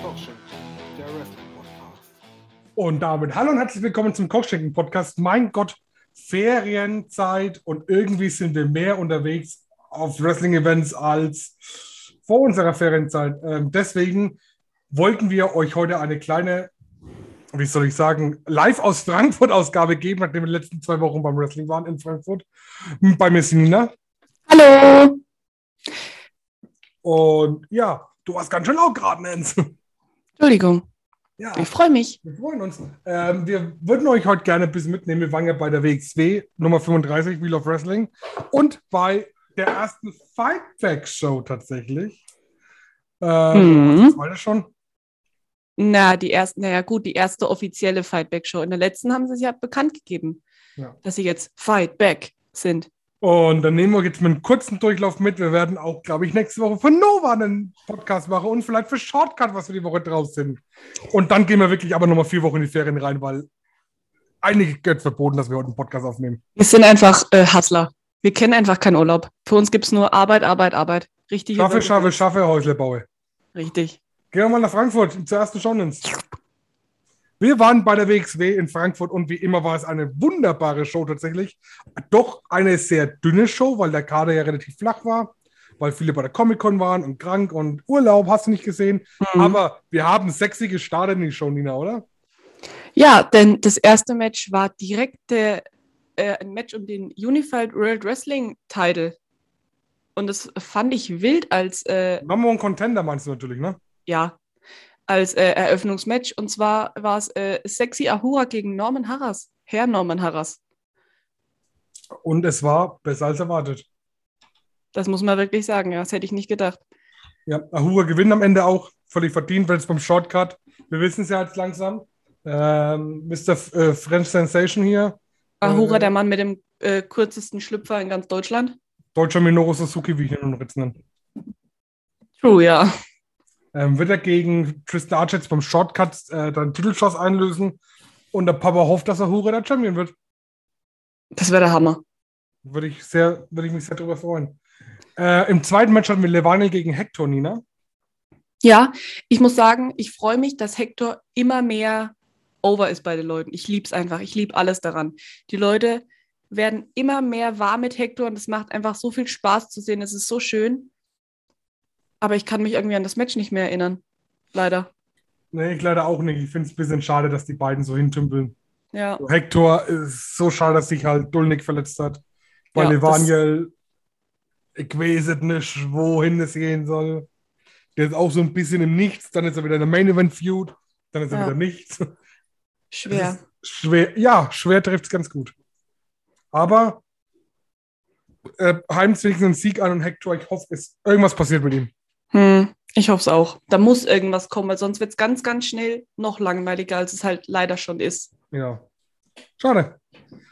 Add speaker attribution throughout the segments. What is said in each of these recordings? Speaker 1: Coaching, der Wrestling Podcast.
Speaker 2: Und damit hallo und herzlich willkommen zum Kochschenken Podcast. Mein Gott, Ferienzeit und irgendwie sind wir mehr unterwegs auf Wrestling Events als vor unserer Ferienzeit. Ähm, deswegen wollten wir euch heute eine kleine, wie soll ich sagen, live aus Frankfurt Ausgabe geben, nachdem wir die letzten zwei Wochen beim Wrestling waren in Frankfurt. Bei mir ist Nina.
Speaker 3: Hallo.
Speaker 2: Und ja, du warst ganz schön laut gerade, Nancy.
Speaker 3: Entschuldigung.
Speaker 2: Ja.
Speaker 3: Ich freue mich.
Speaker 2: Wir freuen uns. Ähm, wir würden euch heute gerne ein bisschen mitnehmen. Wir waren ja bei der WXW Nummer 35, Wheel of Wrestling, und bei der ersten Fight Back Show tatsächlich. Ähm,
Speaker 3: Mhm.
Speaker 2: Das war das schon.
Speaker 3: Na, die erste, naja, gut, die erste offizielle Fightback-Show. In der letzten haben sie es ja bekannt gegeben,
Speaker 2: Ja.
Speaker 3: dass sie jetzt Fightback sind.
Speaker 2: Und dann nehmen wir jetzt mit einem kurzen Durchlauf mit. Wir werden auch, glaube ich, nächste Woche für Nova einen Podcast machen und vielleicht für Shortcut, was wir die Woche draus sind. Und dann gehen wir wirklich aber nochmal vier Wochen in die Ferien rein, weil einige gehört verboten, dass wir heute einen Podcast aufnehmen.
Speaker 3: Wir sind einfach äh, Hustler. Wir kennen einfach keinen Urlaub. Für uns gibt es nur Arbeit, Arbeit, Arbeit. Richtig.
Speaker 2: Schaffe, schaffe, schaffe, Häusle baue.
Speaker 3: Richtig.
Speaker 2: Gehen wir mal nach Frankfurt, um zur ersten Shonens. Wir waren bei der WXW in Frankfurt und wie immer war es eine wunderbare Show tatsächlich. Doch eine sehr dünne Show, weil der Kader ja relativ flach war, weil viele bei der Comic-Con waren und krank und Urlaub, hast du nicht gesehen. Aber wir haben sexy gestartet in die Show, Nina, oder?
Speaker 3: Ja, denn das erste Match war direkt äh, äh, ein Match um den Unified World Wrestling Title. Und das fand ich wild als äh,
Speaker 2: Number One Contender meinst du natürlich, ne?
Speaker 3: ja, als äh, Eröffnungsmatch. Und zwar war es äh, Sexy Ahura gegen Norman Harras. Herr Norman Harras.
Speaker 2: Und es war besser als erwartet.
Speaker 3: Das muss man wirklich sagen, ja. Das hätte ich nicht gedacht.
Speaker 2: Ja, Ahura gewinnt am Ende auch, völlig verdient, wenn es beim Shortcut, wir wissen es ja jetzt langsam, ähm, Mr. F äh, French Sensation hier,
Speaker 3: Ahura,
Speaker 2: Äh.
Speaker 3: der Mann mit dem äh, kürzesten Schlüpfer in ganz Deutschland.
Speaker 2: deutscher Minoru Suzuki, wie ich ihn nun jetzt nenne.
Speaker 3: True, ja.
Speaker 2: Ähm, wird er gegen Tristan Archer jetzt beim Shortcut äh, dann Titelschoss einlösen und der Papa hofft, dass Ahura der Champion wird.
Speaker 3: Das wäre der Hammer.
Speaker 2: Würde ich, sehr, würde ich mich sehr darüber freuen. Äh, Im zweiten Match hatten wir Levani gegen Hector, Nina.
Speaker 3: Ja, ich muss sagen, ich freue mich, dass Hector immer mehr over ist bei den Leuten. Ich liebe es einfach. Ich liebe alles daran. Die Leute werden immer mehr warm mit Hector und es macht einfach so viel Spaß zu sehen. Es ist so schön. Aber ich kann mich irgendwie an das Match nicht mehr erinnern. Leider.
Speaker 2: Nee, ich leider auch nicht. Ich finde es ein bisschen schade, dass die beiden so hintümpeln.
Speaker 3: Ja.
Speaker 2: Hector ist so schade, dass sich halt Dulnik verletzt hat. Weil
Speaker 3: Ja,
Speaker 2: Levaniel, ich weiß es nicht, wohin es gehen soll. Der ist auch so ein bisschen im Nichts, dann ist er wieder in der Main Event Feud, dann ist er
Speaker 3: Ja.
Speaker 2: wieder nichts. Es
Speaker 3: Schwer.
Speaker 2: ist Schwer, ja, schwer trifft es ganz gut. Aber äh, heimzwingen einen Sieg an und Hector, ich hoffe, es, irgendwas passiert mit ihm.
Speaker 3: Hm, ich hoffe es auch. Da muss irgendwas kommen, weil sonst wird es ganz, ganz schnell noch langweiliger, als es halt leider schon ist.
Speaker 2: Ja. Schade.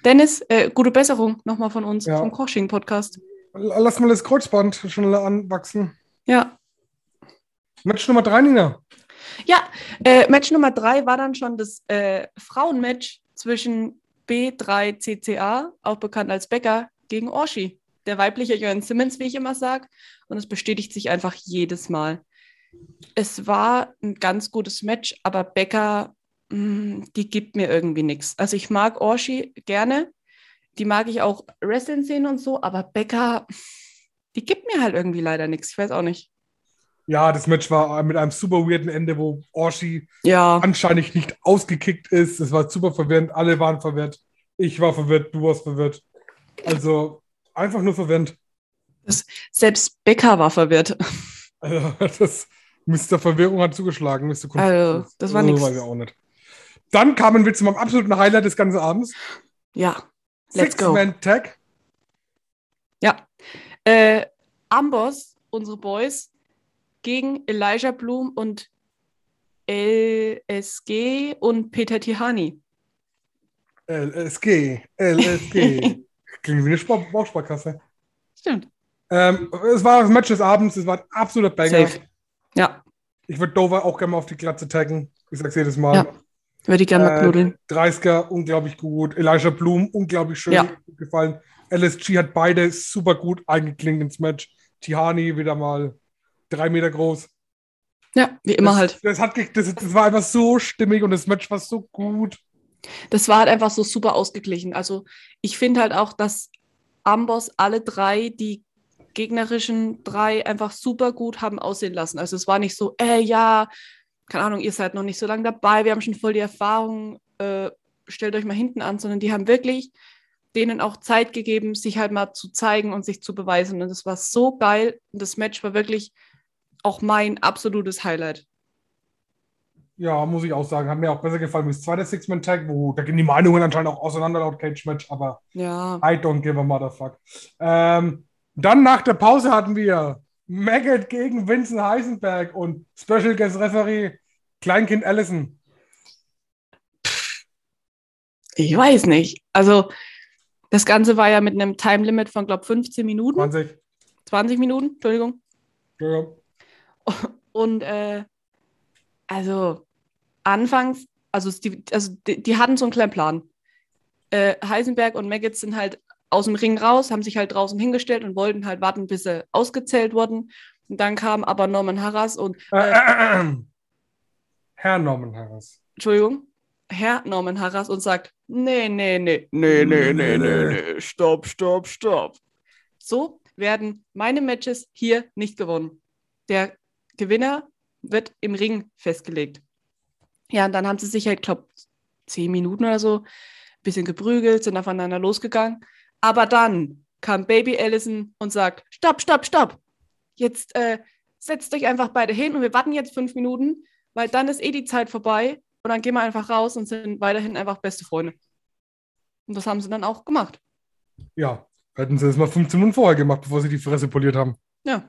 Speaker 3: Dennis, äh, gute Besserung nochmal von uns,
Speaker 2: Ja.
Speaker 3: vom Koching-Podcast.
Speaker 2: L- Lass mal das Kreuzband schon anwachsen.
Speaker 3: Ja.
Speaker 2: Match Nummer 3, Nina.
Speaker 3: Ja, äh, Match Nummer drei war dann schon das äh, Frauenmatch zwischen B3CCA, auch bekannt als Becker, gegen Orshi. Der weibliche Jörn Simmons, wie ich immer sage. Und es bestätigt sich einfach jedes Mal. Es war ein ganz gutes Match, aber Becker, mh, die gibt mir irgendwie nichts. Also ich mag Orshi gerne. Die mag ich auch wrestlen sehen und so, aber Becker, die gibt mir halt irgendwie leider nichts. Ich weiß auch nicht.
Speaker 2: Ja, das Match war mit einem super weirden Ende, wo Orshi
Speaker 3: Ja.
Speaker 2: anscheinend nicht ausgekickt ist. Es war super verwirrend. Alle waren verwirrt. Ich war verwirrt. Du warst verwirrt. Also einfach nur verwirrend.
Speaker 3: Selbst Becker war verwirrt.
Speaker 2: Also, das Mr. Verwirrung hat zugeschlagen. Mr. Konfus.
Speaker 3: Also, das war
Speaker 2: So
Speaker 3: nix.
Speaker 2: weiß ich auch nicht. Dann kamen wir zu meinem absoluten Highlight des ganzen Abends.
Speaker 3: Ja. Let's go.
Speaker 2: Six-Man-Tag.
Speaker 3: Ja. Äh, Amboss, unsere Boys, gegen Elijah Bloom und LSG und Peter Tihani.
Speaker 2: LSG. LSG. Klingt wie eine Spor- Bauchsparkasse.
Speaker 3: Stimmt.
Speaker 2: Ähm, es war das Match des Abends. Es war ein absoluter Banger.
Speaker 3: Safe. Ja,
Speaker 2: Ich würde Dover auch gerne mal auf die Glatze taggen. Ich sag's jedes Mal.
Speaker 3: Ja. würde ich gerne mal
Speaker 2: Äh,
Speaker 3: knuddeln.
Speaker 2: 30er, unglaublich gut. Elijah Bloom, unglaublich schön
Speaker 3: Ja.
Speaker 2: gut gefallen. LSG hat beide super gut eingeklinkt ins Match. Tihani wieder mal drei Meter groß.
Speaker 3: Ja, wie immer
Speaker 2: das,
Speaker 3: halt.
Speaker 2: Das, hat, ge- das, das war einfach so stimmig und das Match war so gut.
Speaker 3: Das war halt einfach so super ausgeglichen. Also ich finde halt auch, dass Amboss alle drei, die gegnerischen drei, einfach super gut haben aussehen lassen. Also es war nicht so, äh, ja, keine Ahnung, ihr seid noch nicht so lange dabei, wir haben schon voll die Erfahrung, äh, stellt euch mal hinten an, sondern die haben wirklich denen auch Zeit gegeben, sich halt mal zu zeigen und sich zu beweisen. Und das war so geil. Und das Match war wirklich auch mein absolutes Highlight.
Speaker 2: Ja, muss ich auch sagen. Hat mir auch besser gefallen wie das zweite Six-Man-Tag, wo da gehen die Meinungen anscheinend auch auseinander laut Cage-Match, aber
Speaker 3: Ja.
Speaker 2: I don't give a motherfuck. Ähm, dann nach der Pause hatten wir Maggot gegen Vincent Heisenberg und Special Guest Referee Kleinkind Allison.
Speaker 3: Ich weiß nicht. Also, das Ganze war ja mit einem Time Limit von, glaube 15 Minuten,
Speaker 2: 20.
Speaker 3: 20 Minuten, Entschuldigung.
Speaker 2: Ja.
Speaker 3: Und äh, also anfangs, also die, also die, die hatten so einen kleinen Plan. Äh, Heisenberg und Maggot sind halt aus dem Ring raus, haben sich halt draußen hingestellt und wollten halt warten, bis sie ausgezählt wurden. Und dann kam aber Norman Harras und,
Speaker 2: Äh, äh,
Speaker 3: äh,
Speaker 2: äh, äh. Herr Norman Harris.
Speaker 3: Entschuldigung, Herr Norman Harras und sagt, nee, nee, nee, nee, nee, nee, nee, nee, stopp, stopp, stopp. So werden meine Matches hier nicht gewonnen. Der Gewinner wird im Ring festgelegt. Ja, und dann haben sie sich halt, glaube zehn Minuten oder so ein bisschen geprügelt, sind aufeinander losgegangen. Aber dann kam Baby Allison und sagt, stopp, stopp, stopp. Jetzt äh, setzt euch einfach beide hin und wir warten jetzt fünf Minuten, weil dann ist eh die Zeit vorbei und dann gehen wir einfach raus und sind weiterhin einfach beste Freunde. Und das haben sie dann auch gemacht.
Speaker 2: Ja, hätten sie das mal 15 Minuten vorher gemacht, bevor sie die Fresse poliert haben.
Speaker 3: Ja.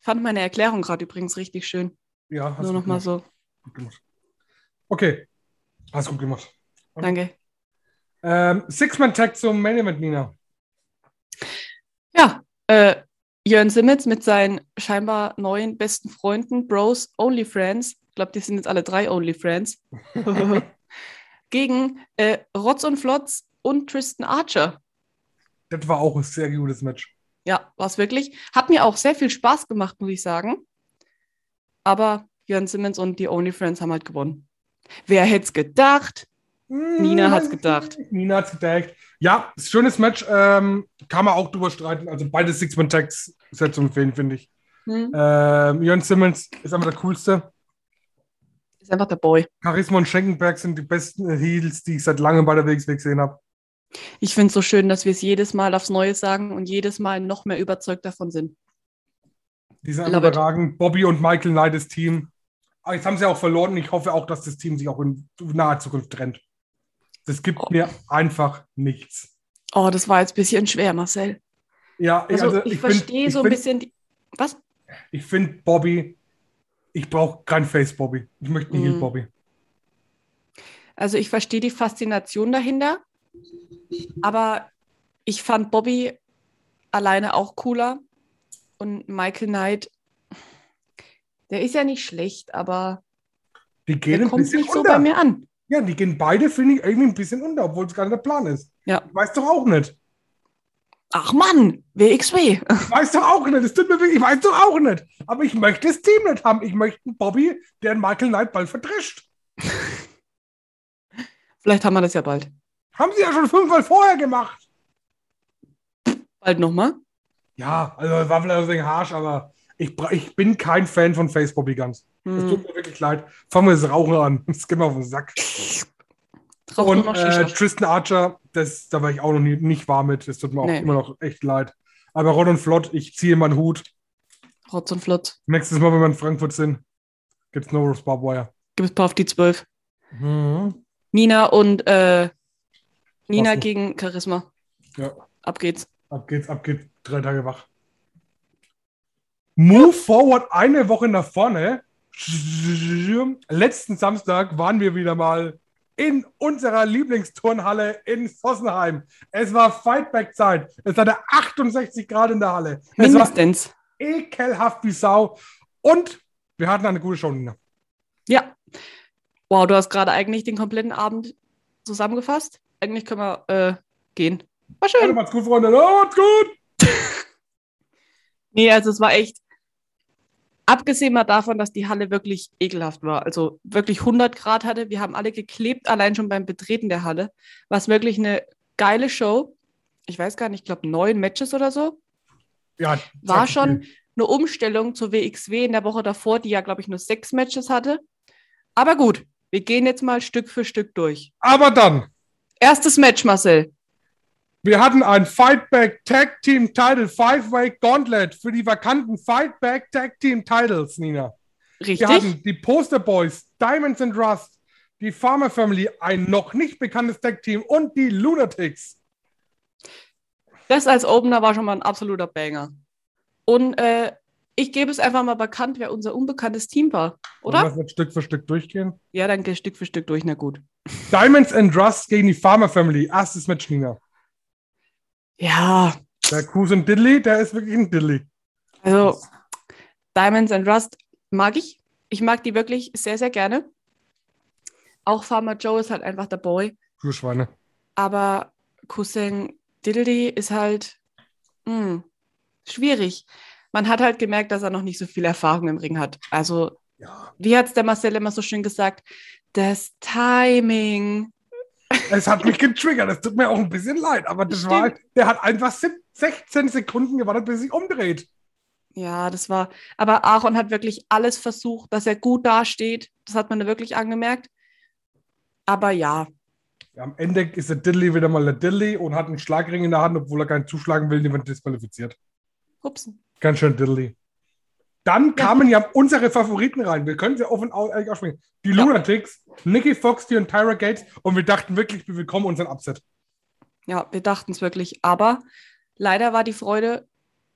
Speaker 3: Fand meine Erklärung gerade übrigens richtig schön.
Speaker 2: Ja, hast
Speaker 3: Nur
Speaker 2: du
Speaker 3: noch mal
Speaker 2: gemacht.
Speaker 3: so.
Speaker 2: Gut gemacht. Okay, hast gut gemacht.
Speaker 3: Danke.
Speaker 2: Ähm, Six-Man-Tag zum Main Event, Nina.
Speaker 3: Ja, äh, Jörn Simmons mit seinen scheinbar neuen besten Freunden, Bros, Only Friends, ich glaube, die sind jetzt alle drei Only Friends, gegen äh, Rotz und Flotz und Tristan Archer.
Speaker 2: Das war auch ein sehr gutes Match.
Speaker 3: Ja, war es wirklich. Hat mir auch sehr viel Spaß gemacht, muss ich sagen. Aber Jörn Simmons und die Only Friends haben halt gewonnen. Wer hätte es gedacht? Nina hat's
Speaker 2: Mm.
Speaker 3: gedacht.
Speaker 2: Nina hat's gedacht. Ja, ist ein schönes Match. Ähm, kann man auch drüber streiten. Also beide Six-Man-Tags sehr zu empfehlen, finde ich.
Speaker 3: Hm?
Speaker 2: Ähm, Jörn Simmons ist einfach der coolste.
Speaker 3: Ist einfach der Boy. Charisma
Speaker 2: Charisma und Schenkenberg sind die besten Heels, die ich seit langem bei der WXW gesehen habe.
Speaker 3: Ich finde es so schön, dass wir es jedes Mal aufs Neue sagen und jedes Mal noch mehr überzeugt davon sind.
Speaker 2: Die sind
Speaker 3: Love it.
Speaker 2: überragend. Bobby und Michael Knight, das Team. Aber jetzt haben sie auch verloren. Ich hoffe auch, dass das Team sich auch in naher Zukunft trennt. Das gibt
Speaker 3: Oh.
Speaker 2: mir einfach nichts.
Speaker 3: Oh, das war jetzt ein bisschen schwer, Marcel.
Speaker 2: Ja,
Speaker 3: Also, ich,
Speaker 2: bin-
Speaker 3: verstehe
Speaker 2: ich
Speaker 3: so ein
Speaker 2: bin-
Speaker 3: bisschen. Die, was?
Speaker 2: Ich finde Bobby, ich brauche kein Face Bobby. Ich möchte einen
Speaker 3: Mhm.
Speaker 2: Heel Bobby.
Speaker 3: Also, ich verstehe die Faszination dahinter, aber ich fand Bobby alleine auch cooler und Michael Knight, der ist ja nicht schlecht, aber
Speaker 2: Die
Speaker 3: der
Speaker 2: gehen ein
Speaker 3: kommt
Speaker 2: bisschen
Speaker 3: nicht so bei
Speaker 2: unter.
Speaker 3: mir an.
Speaker 2: ja, die gehen beide, finde ich, irgendwie ein bisschen unter, obwohl es gar nicht der Plan ist.
Speaker 3: Ja.
Speaker 2: Ich weiß doch auch nicht.
Speaker 3: Ach Mann, WXW.
Speaker 2: Ich weiß doch auch nicht. Das tut mir wirklich, ich weiß doch auch nicht. Aber ich möchte das Team nicht haben. Ich möchte einen Bobby, der einen Michael Knight bald verdrescht.
Speaker 3: Vielleicht haben wir das ja bald.
Speaker 2: Haben sie ja schon fünfmal vorher gemacht.
Speaker 3: Bald nochmal.
Speaker 2: Ja, also war vielleicht ein bisschen harsch, aber ich, bra- ich bin kein Fan von Face Bobby ganz. Es
Speaker 3: Hm.
Speaker 2: tut mir wirklich leid. Fangen wir das Rauchen an. Das geht mir auf den Sack.
Speaker 3: Raucht nur
Speaker 2: Und
Speaker 3: noch
Speaker 2: äh,
Speaker 3: Shisha.
Speaker 2: Tristan Archer, das, da war ich auch noch nie, nicht warm mit. Das tut mir auch
Speaker 3: Nee.
Speaker 2: immer noch echt leid. Aber Ron und Flott, ich ziehe meinen Hut.
Speaker 3: Rotz und Flotz.
Speaker 2: Nächstes Mal, wenn wir in Frankfurt sind, gibt's No Rose Barbed Wire.
Speaker 3: Gib es paar auf die zwölf. Mhm. Nina und äh, Nina
Speaker 2: Waffen.
Speaker 3: gegen Charisma.
Speaker 2: Ja.
Speaker 3: Ab geht's.
Speaker 2: Ab geht's, ab geht's. Drei Tage wach. Move forward eine Woche nach vorne. Letzten Samstag waren wir wieder mal in unserer Lieblingsturnhalle in Sossenheim. Es war Fightback-Zeit. Es hatte 68 Grad in der Halle. Es war
Speaker 3: Mindestens.
Speaker 2: ekelhaft wie Sau. Und wir hatten eine gute Show. Nina.
Speaker 3: Ja. Wow, du hast gerade eigentlich den kompletten Abend zusammengefasst. Eigentlich können wir äh, gehen. War
Speaker 2: Also
Speaker 3: schön.
Speaker 2: macht's gut, Freunde. Oh, macht's gut.
Speaker 3: Nee, also es war echt Abgesehen mal davon, dass die Halle wirklich ekelhaft war. Also wirklich 100 Grad hatte. Wir haben alle geklebt, allein schon beim Betreten der Halle. War es wirklich eine geile Show. Ich weiß gar nicht, ich glaube neun Matches oder so.
Speaker 2: Ja,
Speaker 3: War
Speaker 2: sag ich
Speaker 3: schon
Speaker 2: dir.
Speaker 3: eine Umstellung zur WXW in der Woche davor, die ja, glaube ich, nur sechs Matches hatte. Aber gut, wir gehen jetzt mal Stück für Stück durch.
Speaker 2: Aber dann,
Speaker 3: Erstes Match, Marcel.
Speaker 2: wir hatten ein Fightback Tag Team Title Five-Way Gauntlet für die vakanten Fightback Tag Team Titles, Nina. Wir
Speaker 3: Richtig?
Speaker 2: hatten die Poster Boys, Diamonds and Rust, die Farmer Family, ein noch nicht bekanntes Tag Team und die Lunatics.
Speaker 3: Das als Opener war schon mal ein absoluter Banger. Und äh, ich gebe es einfach mal bekannt, wer unser unbekanntes Team war,
Speaker 2: Wollen
Speaker 3: oder?
Speaker 2: wir das jetzt Stück für Stück durchgehen.
Speaker 3: Ja, dann geh Stück für Stück durch, na gut.
Speaker 2: Diamonds and Rust gegen die Farmer Family. Erstes Match, Nina.
Speaker 3: Ja,
Speaker 2: Der Cousin Diddley, der ist wirklich ein Diddley.
Speaker 3: also Diamonds and Rust mag ich. Ich mag die wirklich sehr, sehr gerne. Auch Farmer Joe ist halt einfach der Boy.
Speaker 2: Du Schweine.
Speaker 3: Aber Cousin Diddledy ist halt mh, schwierig. Man hat halt gemerkt, dass er noch nicht so viel Erfahrung im Ring hat. Also,
Speaker 2: Ja.
Speaker 3: wie hat es der Marcel immer so schön gesagt? Das Timing.
Speaker 2: Es hat mich getriggert. Es tut mir auch ein bisschen leid, aber das
Speaker 3: Stimmt.
Speaker 2: war, halt, der hat einfach sieb- 16 Sekunden gewartet, bis er sich umdreht.
Speaker 3: Ja, das war. Aber Aaron hat wirklich alles versucht, dass er gut dasteht. Das hat man da wirklich angemerkt. Aber ja,
Speaker 2: Am Ende ist der Diddley wieder mal der Diddley und hat einen Schlagring in der Hand, obwohl er keinen zuschlagen will, den wird disqualifiziert.
Speaker 3: ups.
Speaker 2: Ganz schön diddly. Dann kamen ja unsere Favoriten rein. Wir können sie offen au- ehrlich aussprechen. Die
Speaker 3: Ja.
Speaker 2: Lunatics, Nikki Fox, die und Tyra Gates. Und wir dachten wirklich, wir bekommen unseren Upset.
Speaker 3: Ja, wir dachten es wirklich. Aber leider war die Freude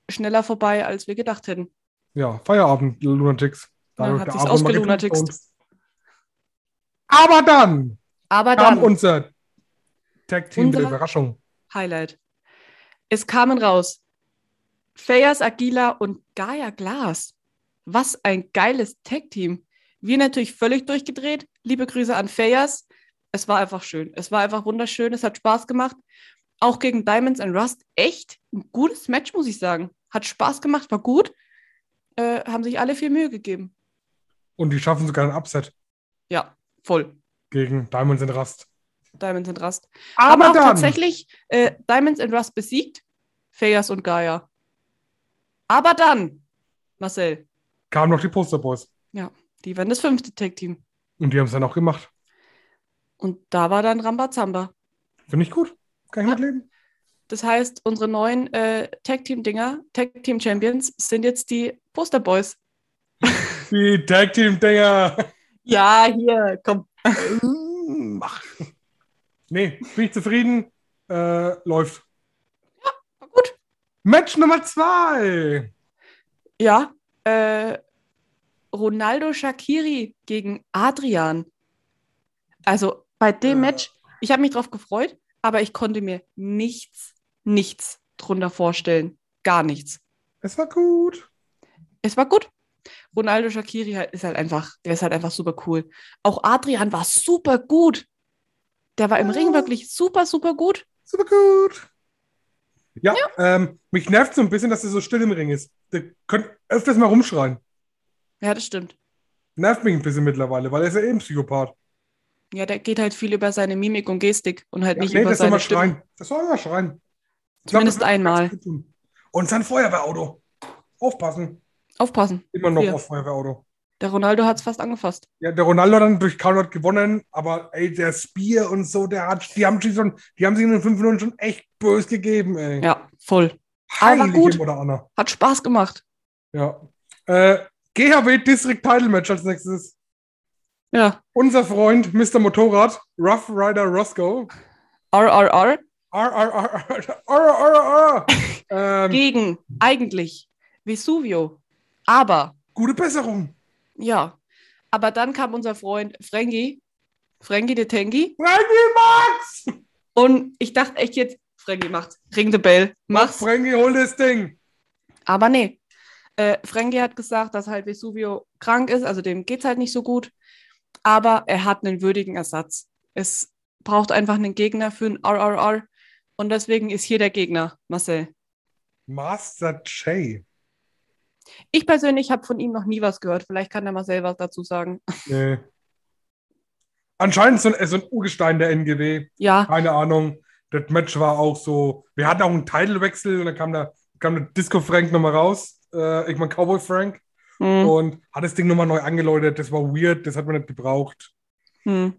Speaker 3: schneller vorbei, als wir gedacht hätten.
Speaker 2: Ja, Feierabend, Lunatics. Da
Speaker 3: Ja,
Speaker 2: wird
Speaker 3: hat
Speaker 2: der
Speaker 3: sich's
Speaker 2: Abend mal
Speaker 3: ausgelunatixt.
Speaker 2: getrunken. Aber dann
Speaker 3: Aber
Speaker 2: kam
Speaker 3: dann.
Speaker 2: unser Tag Team mit der
Speaker 3: Unser-
Speaker 2: Überraschung.
Speaker 3: Highlight. Es kamen raus Fayas Aguila und Gaia Glas. Was ein geiles Tag-Team. Wir natürlich völlig durchgedreht. Liebe Grüße an Fayas. Es war einfach schön. Es war einfach wunderschön. Es hat Spaß gemacht. Auch gegen Diamonds and Rust. Echt ein gutes Match, muss ich sagen. Hat Spaß gemacht, war gut. Äh, haben sich alle viel Mühe gegeben.
Speaker 2: Und die schaffen sogar einen Upset
Speaker 3: Ja, voll.
Speaker 2: gegen Diamonds and Rust.
Speaker 3: Diamonds and Rust. Haben
Speaker 2: Aber
Speaker 3: auch
Speaker 2: dann
Speaker 3: tatsächlich äh, Diamonds and Rust besiegt. Fayas und Gaia. Aber dann, Marcel,
Speaker 2: kamen noch die Posterboys.
Speaker 3: die werden das fünfte Tag-Team.
Speaker 2: Und die haben es dann auch gemacht.
Speaker 3: Und da war dann Rambazamba.
Speaker 2: Finde ich gut. Kann ich mitleben.
Speaker 3: Das heißt, unsere neuen äh, Tag-Team-Dinger, Tag-Team-Champions, sind jetzt die Posterboys.
Speaker 2: Die Tag Team-Dinger.
Speaker 3: Ja, hier, komm.
Speaker 2: Mach. Nee, bin ich zufrieden. Äh, läuft.
Speaker 3: war gut.
Speaker 2: Match Nummer zwei.
Speaker 3: Ja, äh, Ronaldo Shakiri gegen Adrian. Also bei dem
Speaker 2: Ja.
Speaker 3: Match, ich habe mich drauf gefreut, aber ich konnte mir nichts, nichts drunter vorstellen. Gar nichts.
Speaker 2: Es war gut.
Speaker 3: Es war gut. Ronaldo Shakiri halt- ist halt einfach, der ist halt einfach super cool. Auch Adrian war super gut. Der war im
Speaker 2: Ja.
Speaker 3: Ring wirklich super, super gut.
Speaker 2: Super gut. Ja, Ähm, mich nervt so ein bisschen, dass er so still im Ring ist. Der könnte öfters mal rumschreien.
Speaker 3: Ja, das stimmt.
Speaker 2: Nervt mich ein bisschen mittlerweile, weil er ist ja eben Psychopath.
Speaker 3: Ja, der geht halt viel über seine Mimik und Gestik und halt
Speaker 2: Ja,
Speaker 3: nicht
Speaker 2: nee,
Speaker 3: über
Speaker 2: das soll
Speaker 3: seine
Speaker 2: mal
Speaker 3: Stimme.
Speaker 2: schreien. Das soll mal schreien. Ich glaub, das
Speaker 3: Zumindest
Speaker 2: wird
Speaker 3: einmal.
Speaker 2: ganz gut tun. Und sein Feuerwehrauto. Aufpassen.
Speaker 3: Aufpassen.
Speaker 2: Immer noch
Speaker 3: Ja.
Speaker 2: auf Feuerwehrauto.
Speaker 3: Der Ronaldo hat es fast angefasst.
Speaker 2: Ja, der Ronaldo hat dann durch Kaunert gewonnen, aber ey, der Spear und so, der hat, die haben sich schon, die haben sich in den fünf Minuten schon echt bös gegeben, ey.
Speaker 3: Ja, voll.
Speaker 2: Heilige
Speaker 3: aber gut.
Speaker 2: Oder Anna.
Speaker 3: Hat Spaß gemacht.
Speaker 2: Ja. Äh, GHW District Title Match als nächstes.
Speaker 3: Ja.
Speaker 2: Unser Freund Mr. Motorrad, Rough Rider Roscoe.
Speaker 3: RRR
Speaker 2: R, R, R, R, R, R, R. Ähm,
Speaker 3: gegen eigentlich Vesuvio. Aber,
Speaker 2: gute Besserung.
Speaker 3: ja. Aber dann kam unser Freund Frankie, Frankie de Tengi.
Speaker 2: Frankie Max!
Speaker 3: Und ich dachte echt jetzt, Frankie macht's. Ring the bell. Mach's.
Speaker 2: Frankie, hol das Ding.
Speaker 3: Aber nee. Äh, Frankie hat gesagt, dass halt Vesuvio krank ist, also dem geht's halt nicht so gut. Aber er hat einen würdigen Ersatz. Es braucht einfach einen Gegner für ein RRR. Und deswegen ist hier der Gegner, Marcel.
Speaker 2: Master Jay.
Speaker 3: Ich persönlich habe von ihm noch nie was gehört. Vielleicht kann er mal selber was dazu sagen.
Speaker 2: Nee. Äh. Anscheinend so ein, äh, so ein Urgestein der NGW.
Speaker 3: Ja,
Speaker 2: Keine Ahnung. Das Match war auch so. Wir hatten auch einen Titelwechsel und dann kam der, kam der Disco Frank nochmal raus. Äh, ich meine Cowboy Frank.
Speaker 3: hm,
Speaker 2: Und hat das Ding nochmal neu angeläutet. Das war weird. Das hat man nicht gebraucht.
Speaker 3: hm.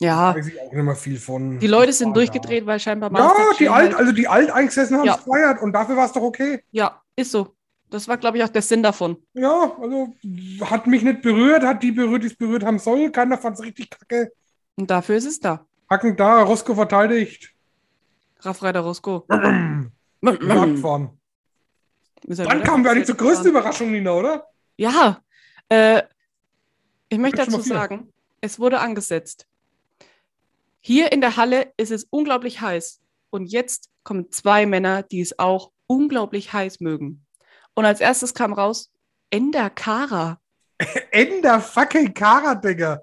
Speaker 3: ja.
Speaker 2: Weiß ich auch nicht mehr viel von.
Speaker 3: Die Leute sind
Speaker 2: Ja.
Speaker 3: durchgedreht, weil scheinbar
Speaker 2: Ja,
Speaker 3: Master
Speaker 2: die
Speaker 3: Chief
Speaker 2: alt,
Speaker 3: halt-
Speaker 2: also die Alteingesessenen haben
Speaker 3: Ja.
Speaker 2: es gefeiert und dafür war es doch okay.
Speaker 3: Ja, ist so. Das war, glaube ich, auch der Sinn davon.
Speaker 2: Ja, also hat mich nicht berührt, hat die berührt, die es berührt haben soll. Keiner fand es richtig kacke.
Speaker 3: Und dafür ist es da.
Speaker 2: Hacken da, Roscoe verteidigt.
Speaker 3: Raff Reiter Roscoe. Ist
Speaker 2: Abfahren.
Speaker 3: er
Speaker 2: Dann
Speaker 3: wieder
Speaker 2: kam wir eigentlich zur
Speaker 3: passiert.
Speaker 2: größten Überraschung, Nina, oder?
Speaker 3: Ja. Äh, ich möchte
Speaker 2: Jetzt schon
Speaker 3: dazu
Speaker 2: mal vier.
Speaker 3: sagen, es wurde angesetzt. Hier in der Halle ist es unglaublich heiß. Und jetzt kommen zwei Männer, die es auch unglaublich heiß mögen. Und als erstes kam raus Ender Kara.
Speaker 2: Ender fucking Kara, Digga.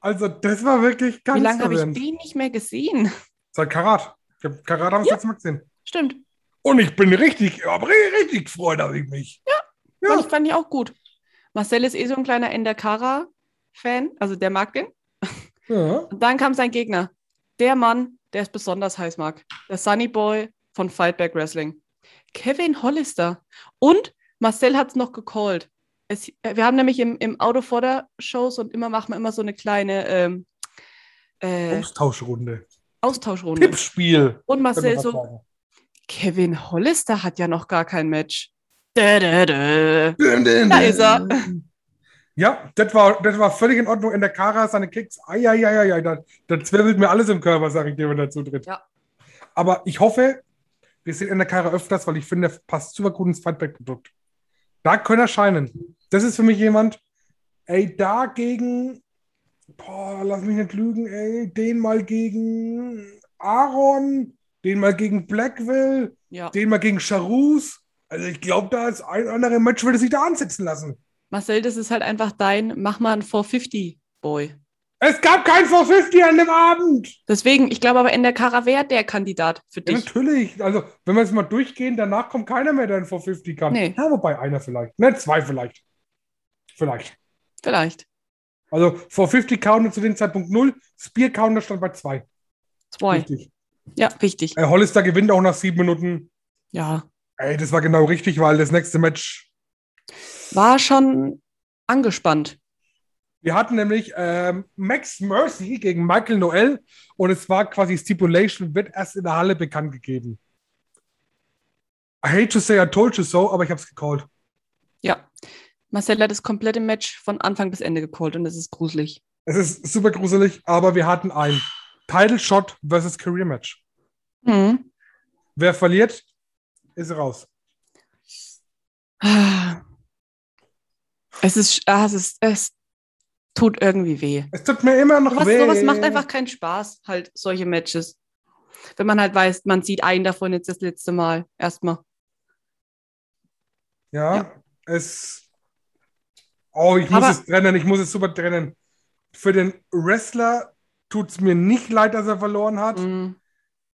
Speaker 2: Also, das war wirklich ganz
Speaker 3: Wie lange habe ich
Speaker 2: verwirrend.
Speaker 3: den nicht mehr gesehen?
Speaker 2: Seit Karat. Ich hab Karat haben wir
Speaker 3: Ja.
Speaker 2: jetzt mal gesehen.
Speaker 3: Stimmt.
Speaker 2: Und ich bin richtig, aber richtig gefreut habe ich mich. Ja.
Speaker 3: Fand, ich, fand ich auch gut. Marcel ist eh so ein kleiner Ender Kara-Fan, also der mag den.
Speaker 2: Ja.
Speaker 3: Und dann kam sein Gegner. Der Mann, der es besonders heiß mag. Der Sunny Boy von Fightback Wrestling. Kevin Hollister. Und Marcel hat es noch gecallt. Es, äh, wir haben nämlich im, im Auto vor der Shows und immer machen wir immer so eine kleine ähm, äh,
Speaker 2: Austauschrunde.
Speaker 3: Austauschrunde.
Speaker 2: Tippspiel.
Speaker 3: Und Marcel so, Kevin Hollister hat ja noch gar kein Match. Da, da, da.
Speaker 2: Da
Speaker 3: ist er.
Speaker 2: Ja, das war, das war völlig in Ordnung. In der Kara seine Kicks. Eieieiei, da, da zwirbelt mir alles im Körper, sage ich dir, wenn er zutritt.
Speaker 3: Ja.
Speaker 2: Aber ich hoffe, wir sehen in der Kara öfters, weil ich finde, der passt super gut ins Fightback-Produkt. Da kann er scheinen. Das ist für mich jemand, ey, dagegen, boah, lass mich nicht lügen, ey, den mal gegen Aaron, den mal gegen Blackwell,
Speaker 3: Ja.
Speaker 2: den mal gegen Charus. Also ich glaube, da ist ein anderer Match, würde sich da ansetzen lassen.
Speaker 3: Marcel, das ist halt einfach dein, mach mal ein 450-Boy.
Speaker 2: Es gab kein 450 an dem Abend.
Speaker 3: Deswegen, ich glaube aber, Ender Kara wäre der Kandidat für
Speaker 2: Ja,
Speaker 3: dich.
Speaker 2: natürlich. Also, wenn wir es mal durchgehen, danach kommt keiner mehr, der in 450 kann.
Speaker 3: Nee.
Speaker 2: Ja, wobei einer vielleicht. Ne, zwei vielleicht. Vielleicht.
Speaker 3: Vielleicht.
Speaker 2: Also, 450 Counter zu dem Zeitpunkt 0, Spear Counter stand bei 2.
Speaker 3: Zwei.
Speaker 2: Richtig.
Speaker 3: Ja, wichtig.
Speaker 2: Äh, Hollister gewinnt auch nach sieben Minuten.
Speaker 3: Ja.
Speaker 2: Ey, das war genau richtig, weil das nächste Match.
Speaker 3: War schon angespannt.
Speaker 2: Wir hatten nämlich ähm, Max Mercy gegen Michael Noel und es war quasi Stipulation, wird erst in der Halle bekannt gegeben. I hate to say I told you so, aber ich hab's gecallt.
Speaker 3: Ja. Marcel hat das komplette Match von Anfang bis Ende gecallt und das ist gruselig.
Speaker 2: Es ist super gruselig, aber wir hatten ein Title Shot versus Career Match.
Speaker 3: Mhm.
Speaker 2: Wer verliert, ist raus.
Speaker 3: Ah. Es ist, ah, es ist, es tut irgendwie weh.
Speaker 2: Es tut mir immer noch
Speaker 3: Sowas,
Speaker 2: weh.
Speaker 3: sowas macht einfach keinen Spaß, halt solche Matches. Wenn man halt weiß, man sieht einen davon jetzt das letzte Mal. Erstmal.
Speaker 2: Ja, es. Oh, ich
Speaker 3: Aber-
Speaker 2: muss es trennen, ich muss es super trennen. Für den Wrestler tut es mir nicht leid, dass er verloren hat,
Speaker 3: Mhm.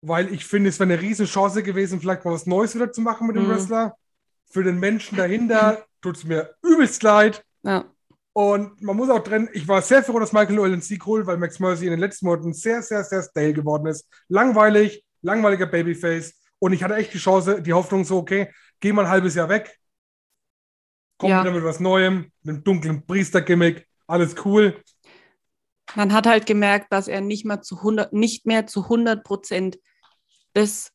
Speaker 2: weil ich finde, es wäre eine Riesenchance gewesen, vielleicht mal was Neues wieder zu machen mit dem
Speaker 3: Mhm.
Speaker 2: Wrestler. Für den Menschen dahinter tut es mir übelst leid.
Speaker 3: Ja.
Speaker 2: Und man muss auch trennen, ich war sehr froh, dass Michael Noel den Sieg holt, weil Max Mercy in den letzten Monaten sehr, sehr, sehr stale geworden ist. Langweilig, langweiliger Babyface. Und ich hatte echt die Chance, die Hoffnung so, okay, geh mal ein halbes Jahr weg. Komm
Speaker 3: Ja.
Speaker 2: wieder mit was Neuem, mit einem dunklen Priester-Gimmick, alles cool.
Speaker 3: Man hat halt gemerkt, dass er nicht, mal zu 100, nicht mehr zu 100 Prozent das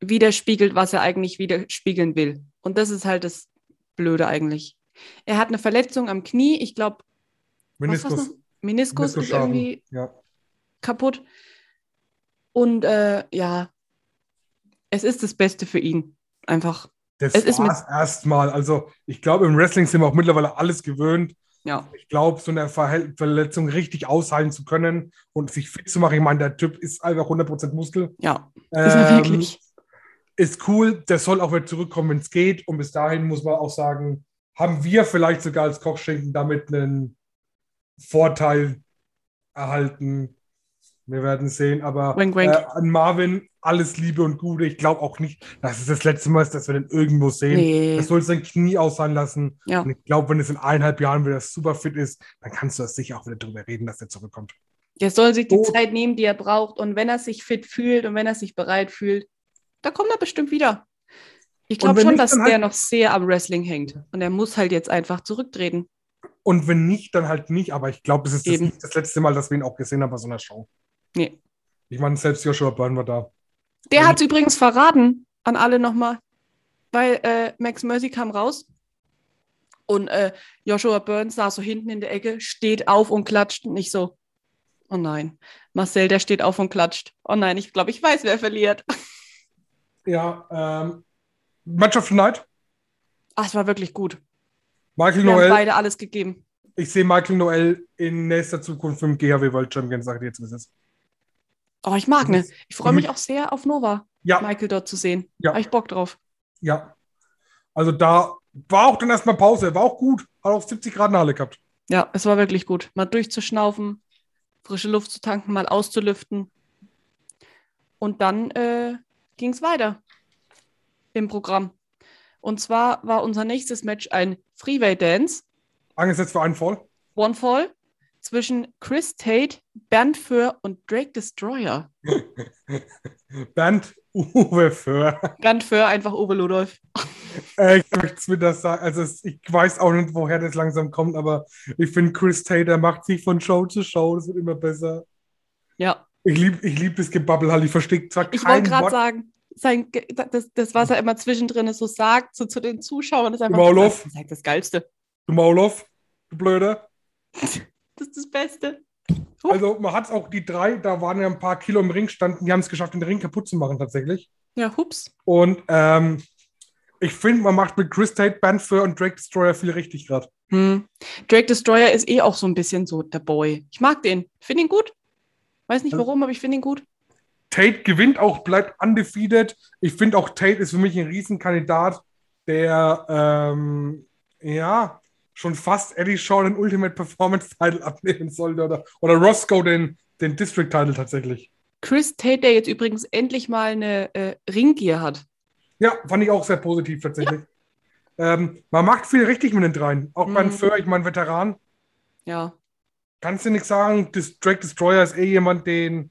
Speaker 3: widerspiegelt, was er eigentlich widerspiegeln will. Und das ist halt das Blöde eigentlich. Er hat eine Verletzung am Knie. Ich glaube,
Speaker 2: Meniskus.
Speaker 3: Meniskus ist
Speaker 2: Meniskusschaden.
Speaker 3: irgendwie
Speaker 2: Ja.
Speaker 3: kaputt. Und äh, ja, es ist das Beste für ihn. Einfach,
Speaker 2: Das
Speaker 3: Es ist mit-
Speaker 2: war's erstmal. Also, ich glaube, im Wrestling sind wir auch mittlerweile alles gewöhnt.
Speaker 3: ja.
Speaker 2: Ich glaube, so eine Verhält- Verletzung richtig aushalten zu können und sich fit zu machen. Ich meine, der Typ ist einfach 100% Muskel.
Speaker 3: Ja, ist er
Speaker 2: Ähm,
Speaker 3: wirklich.
Speaker 2: ist cool, der soll auch wieder zurückkommen, wenn es geht. Und bis dahin muss man auch sagen, haben wir vielleicht sogar als Kochschinken damit einen Vorteil erhalten. Wir werden sehen, aber
Speaker 3: Wink, wink.
Speaker 2: Äh, an Marvin alles Liebe und Gute. Ich glaube auch nicht, dass es das letzte Mal ist, dass wir den irgendwo sehen.
Speaker 3: Nee.
Speaker 2: Das sollst dein Knie aussehen lassen.
Speaker 3: Ja.
Speaker 2: Und ich glaube, wenn es in eineinhalb Jahren wieder super fit ist, dann kannst du das sicher auch wieder drüber reden, dass er zurückkommt.
Speaker 3: Der soll sich die
Speaker 2: Oh.
Speaker 3: Zeit nehmen, die er braucht. Und wenn er sich fit fühlt und wenn er sich bereit fühlt, da kommt er bestimmt wieder. Ich
Speaker 2: Und
Speaker 3: glaube
Speaker 2: wenn
Speaker 3: schon,
Speaker 2: nicht,
Speaker 3: dass
Speaker 2: dann
Speaker 3: der
Speaker 2: halt-
Speaker 3: noch sehr am Wrestling hängt. Und er muss halt jetzt einfach zurücktreten.
Speaker 2: Und wenn nicht, dann halt nicht. Aber ich glaube, es ist das,
Speaker 3: Eben.
Speaker 2: nicht das letzte Mal, dass wir ihn auch gesehen haben bei so einer Show.
Speaker 3: Nee.
Speaker 2: Ich meine, selbst Joshua Byrne war da.
Speaker 3: Der
Speaker 2: Mhm.
Speaker 3: hat übrigens verraten an alle nochmal, weil äh, Max Mercy kam raus und äh, Joshua Burns saß so hinten in der Ecke, steht auf und klatscht nicht so. Oh nein, Marcel, der steht auf und klatscht. Oh nein, ich glaube, ich weiß, wer verliert.
Speaker 2: Ja, ähm, Match of the Night.
Speaker 3: Ach, Ah, es war wirklich gut.
Speaker 2: Michael
Speaker 3: Wir haben
Speaker 2: Noel.
Speaker 3: beide alles gegeben.
Speaker 2: Ich sehe Michael Noel in nächster Zukunft im GHW World Champion, sagt jetzt, wie es ist.
Speaker 3: Oh, ich mag ne. Ich freue
Speaker 2: Mhm.
Speaker 3: mich auch sehr auf Nova,
Speaker 2: Ja,
Speaker 3: Michael dort zu sehen.
Speaker 2: Ja.
Speaker 3: Habe ich Bock drauf.
Speaker 2: ja. Also da war auch dann erstmal Pause. War auch gut. Hat auch 70 Grad in der Halle gehabt.
Speaker 3: Ja, es war wirklich gut. Mal durchzuschnaufen, frische Luft zu tanken, mal auszulüften. Und dann äh, ging es weiter im Programm. Und zwar war unser nächstes Match ein Freeway Dance,
Speaker 2: Angesetzt für einen Fall.
Speaker 3: One Fall, zwischen Chris Tate, Bernd Föhr und Drake Destroyer.
Speaker 2: Bernd Uwe Föhr.
Speaker 3: Bernd Föhr, einfach Uwe Ludolf.
Speaker 2: Äh, ich möchte es wieder sagen. Also es, ich weiß auch nicht, woher das langsam kommt, aber ich finde, Chris Taylor macht sich von Show zu Show. Das wird immer besser.
Speaker 3: Ja,
Speaker 2: Ich liebe ich lieb das Gebabbel halt. Ich verstehe zwar
Speaker 3: ich wollte
Speaker 2: kein
Speaker 3: gerade
Speaker 2: Wort.
Speaker 3: sagen, sein, Ge- das, das, was er immer zwischendrin so sagt, so zu den Zuschauern, ist einfach
Speaker 2: Maulwurf.
Speaker 3: Das ist das Geilste.
Speaker 2: Du Maulov, du Blöder.
Speaker 3: Das ist das Beste. Huh.
Speaker 2: Also man hat es auch, die drei, da waren ja ein paar Kilo im Ring standen, die haben es geschafft, den Ring kaputt zu machen tatsächlich.
Speaker 3: Ja, hups.
Speaker 2: Und ähm, ich finde, man macht mit Chris Tate, Banfer und Drake Destroyer viel richtig gerade.
Speaker 3: Hm. Drake Destroyer ist eh auch so ein bisschen so der Boy. Ich mag den. Finde ihn gut. Weiß nicht
Speaker 2: Also-
Speaker 3: warum, aber ich finde ihn gut.
Speaker 2: Tate gewinnt auch, bleibt undefeated. Ich finde auch Tate ist für mich ein Riesenkandidat, der ähm, ja schon fast Eddie Shaw den Ultimate Performance Title abnehmen sollte oder, oder Roscoe den, den District Title tatsächlich.
Speaker 3: Chris Tate, der jetzt übrigens endlich mal eine äh, Ringgier hat.
Speaker 2: Ja, fand ich auch sehr positiv tatsächlich. Ähm, man macht viel richtig mit den dreien. Auch beim
Speaker 3: Mhm.
Speaker 2: Föhr, ich mein Veteran,
Speaker 3: Ja. kannst
Speaker 2: kannst du nichts sagen. Dis- Drake Destroyer ist eh jemand, den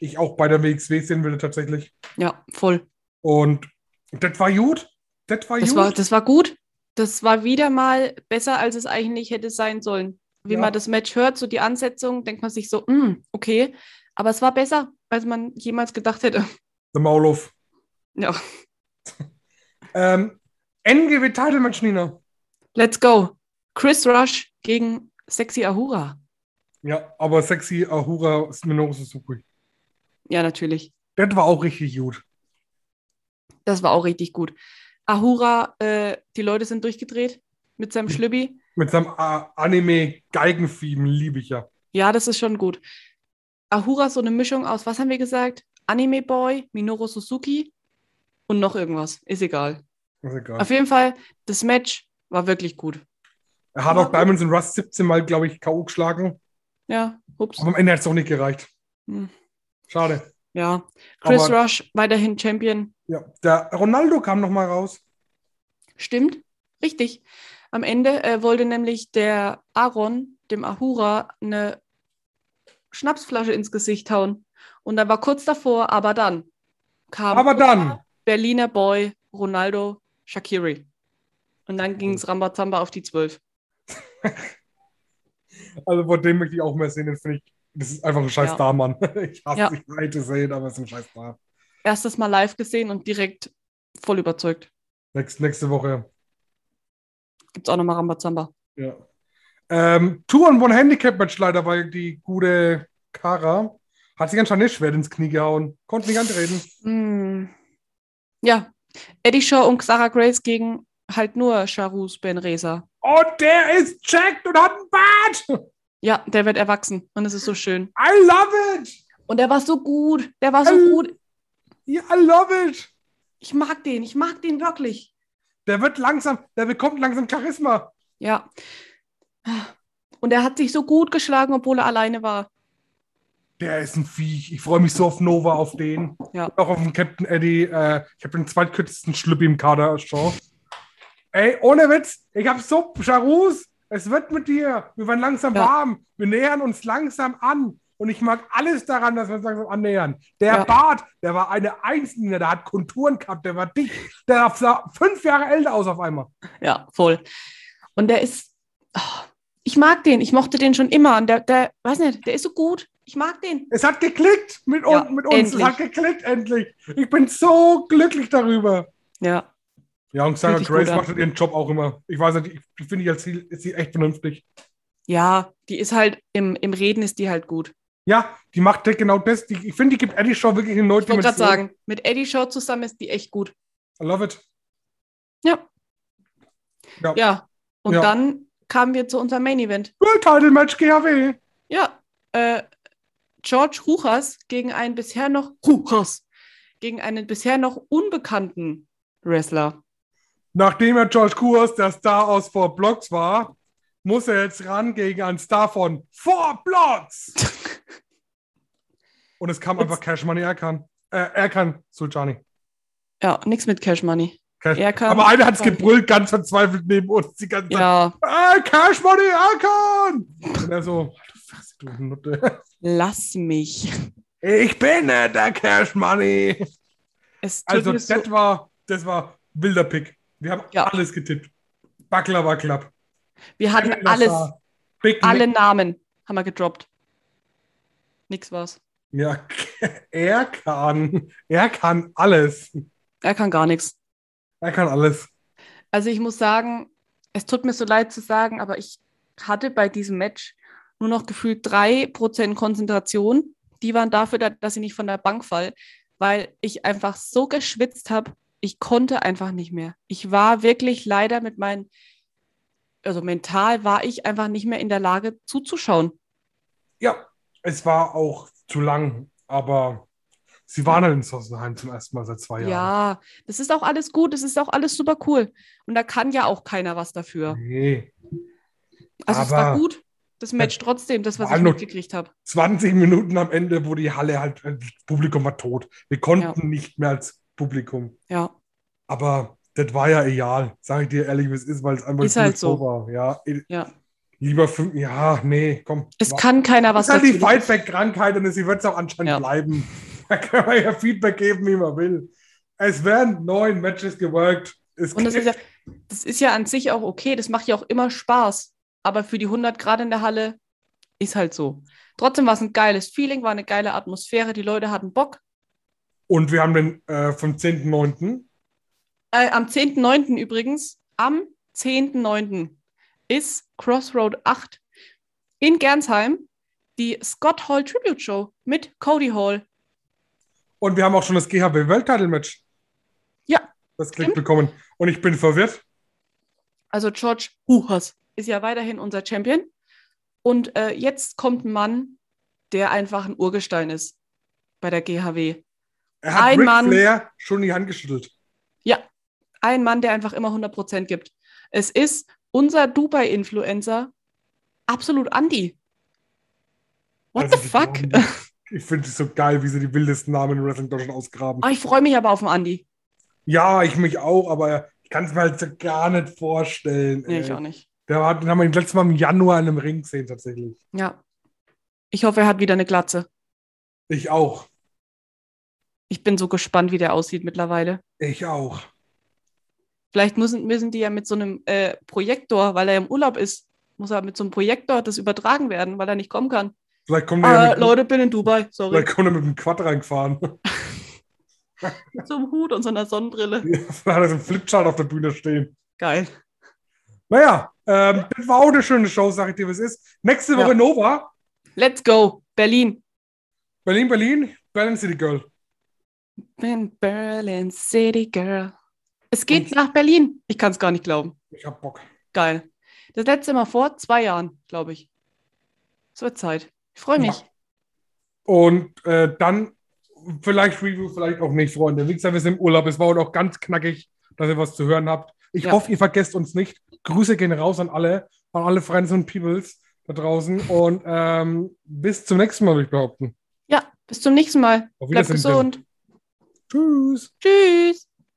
Speaker 2: ich auch bei der WXW sehen würde tatsächlich.
Speaker 3: Ja, voll.
Speaker 2: Und das war gut. Das war
Speaker 3: Das
Speaker 2: gut.
Speaker 3: war, das war gut. Das war wieder mal besser, als es eigentlich hätte sein sollen. Wie
Speaker 2: Ja.
Speaker 3: man das Match hört, so die Ansetzung, denkt man sich so, hm, okay. Aber es war besser, als man jemals gedacht hätte.
Speaker 2: The Maulwurf.
Speaker 3: Ja.
Speaker 2: Ähm, NGW Title Match, Nina.
Speaker 3: Let's go. Chris Rush gegen Sexy Ahura.
Speaker 2: Ja, aber sexy Ahura ist Minoru Suzuki.
Speaker 3: Ja, natürlich.
Speaker 2: Das war auch richtig gut.
Speaker 3: Das war auch richtig gut. Ahura, äh, die Leute sind durchgedreht mit seinem Schlübbi.
Speaker 2: Mit seinem A- Anime Geigenfieben liebe ich ja.
Speaker 3: Ja, das ist schon gut. Ahura, so eine Mischung aus, was haben wir gesagt? Anime Boy, Minoru Suzuki und noch irgendwas. Ist egal.
Speaker 2: Ist egal.
Speaker 3: Auf jeden Fall, das Match war wirklich gut.
Speaker 2: Er hat auch Diamonds and Rust 17 Mal, glaube ich, K.O. geschlagen.
Speaker 3: Ja, ups.
Speaker 2: Aber am Ende hat es auch nicht gereicht.
Speaker 3: Hm.
Speaker 2: Schade.
Speaker 3: Ja. Chris
Speaker 2: Aber-
Speaker 3: Rush, weiterhin Champion.
Speaker 2: Ja, der Ronaldo kam nochmal raus.
Speaker 3: Stimmt, richtig. Am Ende äh, wollte nämlich der Aaron dem Ahura eine Schnapsflasche ins Gesicht hauen. Und da war kurz davor, aber dann kam
Speaker 2: Aber dann,
Speaker 3: Berliner Boy, Ronaldo, Shakiri. Und dann ging
Speaker 2: Mhm.
Speaker 3: es Rambazamba auf die 12.
Speaker 2: also von dem möchte ich auch mehr sehen, den finde ich, das ist einfach ein scheiß
Speaker 3: Ja.
Speaker 2: Star, Mann. Ich hasse ja.
Speaker 3: Ja.
Speaker 2: die Seite sehen, aber es ist ein scheiß Star.
Speaker 3: Erstes Mal live gesehen und direkt voll überzeugt.
Speaker 2: Nächste, nächste Woche
Speaker 3: Gibt's auch nochmal Rambazamba.
Speaker 2: Ja. Ähm, Two-on-One-Handicap-Match leider, weil die gute Kara hat sich anscheinend nicht schwer ins Knie gehauen. Konnte nicht antreten.
Speaker 3: Hm. Ja, Eddie Shaw und Sarah Grace gegen halt nur Charus Ben Reza.
Speaker 2: Und der ist checked und hat einen Bart!
Speaker 3: Ja, der wird erwachsen und es ist so schön.
Speaker 2: I love it!
Speaker 3: Und der war so gut. Der war so
Speaker 2: Ähm.
Speaker 3: gut.
Speaker 2: Yeah, I love it!
Speaker 3: Ich mag den. Ich mag den wirklich.
Speaker 2: Der wird langsam, der bekommt langsam Charisma.
Speaker 3: Ja. Und er hat sich so gut geschlagen, obwohl er alleine war.
Speaker 2: Der ist ein Viech. Ich freue mich so auf Nova, auf den.
Speaker 3: Ja.
Speaker 2: Und Auch auf den Captain Eddie. Äh, ich habe den zweitkürzesten Schlüppi im Kader schon. Ey, ohne Witz, ich habe so, Charus, es wird mit dir. Wir werden langsam
Speaker 3: Ja.
Speaker 2: warm. Wir nähern uns langsam an. Und ich mag alles daran, dass wir uns langsam annähern. Der
Speaker 3: Ja.
Speaker 2: Bart, der war eine Einzelne, der hat Konturen gehabt, der war dick. Der sah fünf Jahre älter aus auf einmal.
Speaker 3: Ja, voll. Und der ist, ah, ich mag den, ich mochte den schon immer. Und der, der, weiß nicht, der ist so gut. Ich mag den.
Speaker 2: Es hat geklickt mit,
Speaker 3: Ja,
Speaker 2: un mit uns.
Speaker 3: endlich.
Speaker 2: Es hat geklickt, endlich. Ich bin so glücklich darüber.
Speaker 3: Ja,
Speaker 2: Ja, und Sarah
Speaker 3: Fühlt sich gut
Speaker 2: Grace
Speaker 3: an.
Speaker 2: macht ihren Job auch immer. Ich weiß nicht, ich, ich finde die als Ziel ist sie echt vernünftig.
Speaker 3: ja, die ist halt, im, im Reden ist die halt gut.
Speaker 2: Ja, die macht genau das. Die, ich finde, die gibt Eddie Shaw wirklich eine neue
Speaker 3: Ich wollte gerade sagen, mit Eddie Shaw zusammen ist die echt gut.
Speaker 2: I love it.
Speaker 3: Ja. Und
Speaker 2: Ja.
Speaker 3: dann kamen wir zu unserem Main Event.
Speaker 2: World Title Match GHW.
Speaker 3: Ja, äh, George Ruchas gegen einen bisher noch Ruchas gegen einen bisher noch unbekannten Wrestler.
Speaker 2: Nachdem er George Kurs der Star aus Four Blocks war, muss er jetzt ran gegen einen Star von Four Blocks. und es kam
Speaker 3: Jetzt-
Speaker 2: einfach Cash Money Erkan. Äh, Erkan Sultani.
Speaker 3: Ja, nichts mit Cash Money.
Speaker 2: Cash.
Speaker 3: Erkan-
Speaker 2: Aber einer hat es gebrüllt, ganz verzweifelt neben uns die ganze Zeit.
Speaker 3: Ja,
Speaker 2: Äh, Cash Money Icon! Und er so, du Fresse, du Nutte.
Speaker 3: lass mich.
Speaker 2: Ich bin nicht der Cash Money.
Speaker 3: Es tut
Speaker 2: Also,
Speaker 3: mir
Speaker 2: das
Speaker 3: so
Speaker 2: war, das war wilder Pick. Wir haben
Speaker 3: Ja.
Speaker 2: alles getippt. Backler war klapp.
Speaker 3: Wir hatten alles,
Speaker 2: Big
Speaker 3: alle
Speaker 2: Nick.
Speaker 3: Namen haben wir gedroppt. Nix war's.
Speaker 2: Ja, er kann, er kann alles.
Speaker 3: Er kann gar nichts.
Speaker 2: Er kann alles.
Speaker 3: Also ich muss sagen, es tut mir so leid zu sagen, aber ich hatte bei diesem Match nur noch gefühlt 3% Konzentration. Die waren dafür da, dass ich nicht von der Bank fall, weil ich einfach so geschwitzt habe, ich konnte einfach nicht mehr. Ich war wirklich leider mit meinen, also mental war ich einfach nicht mehr in der Lage zuzuschauen.
Speaker 2: Ja, es war auch zu lang, aber sie waren halt in Sossenheim zum ersten Mal seit zwei
Speaker 3: Ja.
Speaker 2: Jahren.
Speaker 3: das ist auch alles gut, das ist auch alles super cool. Und da kann ja auch keiner was dafür.
Speaker 2: Nee.
Speaker 3: Also es war
Speaker 2: Aber-
Speaker 3: gut, das Match trotzdem, das, was
Speaker 2: War
Speaker 3: ich
Speaker 2: nur-
Speaker 3: mitgekriegt habe.
Speaker 2: 20 Minuten am Ende, wo die Halle halt, das Publikum war tot. Wir konnten
Speaker 3: Ja.
Speaker 2: nicht mehr als Publikum.
Speaker 3: Ja.
Speaker 2: Aber das war ja egal, sage ich dir ehrlich, wie es ist, weil es einfach
Speaker 3: Ist
Speaker 2: ein
Speaker 3: halt
Speaker 2: cooles
Speaker 3: so.
Speaker 2: Show war. Ja, eh,
Speaker 3: Ja.
Speaker 2: lieber fünf, ja, nee, komm.
Speaker 3: Es
Speaker 2: War-
Speaker 3: kann keiner
Speaker 2: das
Speaker 3: was
Speaker 2: ist halt die
Speaker 3: dazu.
Speaker 2: Fightback-Krankheit und sie wird es auch anscheinend
Speaker 3: Ja.
Speaker 2: bleiben. Da kann man ja Feedback geben, wie man will. Es werden neun Matches geworkt. Es
Speaker 3: Und das ist, ja, das ist ja an sich auch okay, das macht ja auch immer Spaß. Aber für die 100 Grad in der Halle ist halt so. Trotzdem war es ein geiles Feeling, war eine geile Atmosphäre, die Leute hatten Bock.
Speaker 2: und wir haben den äh, vom 10.9.
Speaker 3: Äh, am 10.9. übrigens, am 10.9. ist Crossroad 8 in Gernsheim die Scott Hall Tribute Show mit Cody Hall.
Speaker 2: Und wir haben auch schon das GHB World Title Match.
Speaker 3: Ja,
Speaker 2: Das Klick
Speaker 3: stimmt.
Speaker 2: bekommen. Und ich bin verwirrt.
Speaker 3: Also George Huchers ist ja weiterhin unser Champion. Und äh, jetzt kommt ein Mann, der einfach ein Urgestein ist bei der GHW.
Speaker 2: Er hat
Speaker 3: Ein
Speaker 2: Ric
Speaker 3: Mann.
Speaker 2: Flair schon die Hand geschüttelt.
Speaker 3: Ein Mann, der einfach immer 100% gibt. Es ist unser Dubai-Influencer, absolut Andy. What
Speaker 2: Also
Speaker 3: the
Speaker 2: die
Speaker 3: fuck?
Speaker 2: Namen, Ich finde es so geil, wie sie die wildesten Namen in Wrestling Deutschland ausgraben.
Speaker 3: Ah, ich freue mich aber auf den Andy.
Speaker 2: Ja, ich mich auch, aber ich kann es mir halt so gar nicht vorstellen.
Speaker 3: Nee,
Speaker 2: ey.
Speaker 3: ich auch nicht.
Speaker 2: Der hat, den haben wir das letzte Mal im Januar in einem Ring gesehen, tatsächlich.
Speaker 3: Ja. Ich hoffe, er hat wieder eine Glatze.
Speaker 2: Ich auch.
Speaker 3: Ich bin so gespannt, wie der aussieht mittlerweile.
Speaker 2: Ich auch.
Speaker 3: Vielleicht müssen, müssen die ja mit so einem äh, Projektor, weil er im Urlaub ist, muss er mit so einem Projektor das übertragen werden, weil er nicht kommen kann.
Speaker 2: Vielleicht kommt er, ja
Speaker 3: Ah,
Speaker 2: mit,
Speaker 3: Leute, bin in Dubai, sorry.
Speaker 2: vielleicht kommt er mit dem Quad reingefahren. Vielleicht
Speaker 3: Mit so einem Hut und so einer Sonnenbrille.
Speaker 2: hat er so einen Flipchart auf der Bühne stehen.
Speaker 3: Geil.
Speaker 2: Naja, ähm, das war auch eine schöne Show, sag ich dir, was ist. Nächste
Speaker 3: Ja.
Speaker 2: Woche Nova,
Speaker 3: Let's go, Berlin.
Speaker 2: Berlin, Berlin, Balance City Girl.
Speaker 3: Bin Berlin City Girl. Es geht nach Berlin. Ich kann es gar nicht glauben.
Speaker 2: Ich hab Bock.
Speaker 3: Geil. Das letzte Mal vor zwei Jahren, glaube ich. Es wird Zeit. Ich freue mich.
Speaker 2: Und äh, dann vielleicht Review, vielleicht auch nicht, Freunde. Wie gesagt, wir sind im Urlaub. Es war heute auch ganz knackig, dass ihr was zu hören habt. Ich
Speaker 3: Ja.
Speaker 2: hoffe, ihr vergesst uns nicht. Grüße gehen raus an alle, an alle Friends und Peoples da draußen. Und ähm, bis zum nächsten Mal, würde ich behaupten.
Speaker 3: Bis zum nächsten Mal.
Speaker 2: Auf
Speaker 3: Bleibt
Speaker 2: Wiedersehen, Tim.
Speaker 3: gesund.
Speaker 2: Tschüss.
Speaker 3: Tschüss.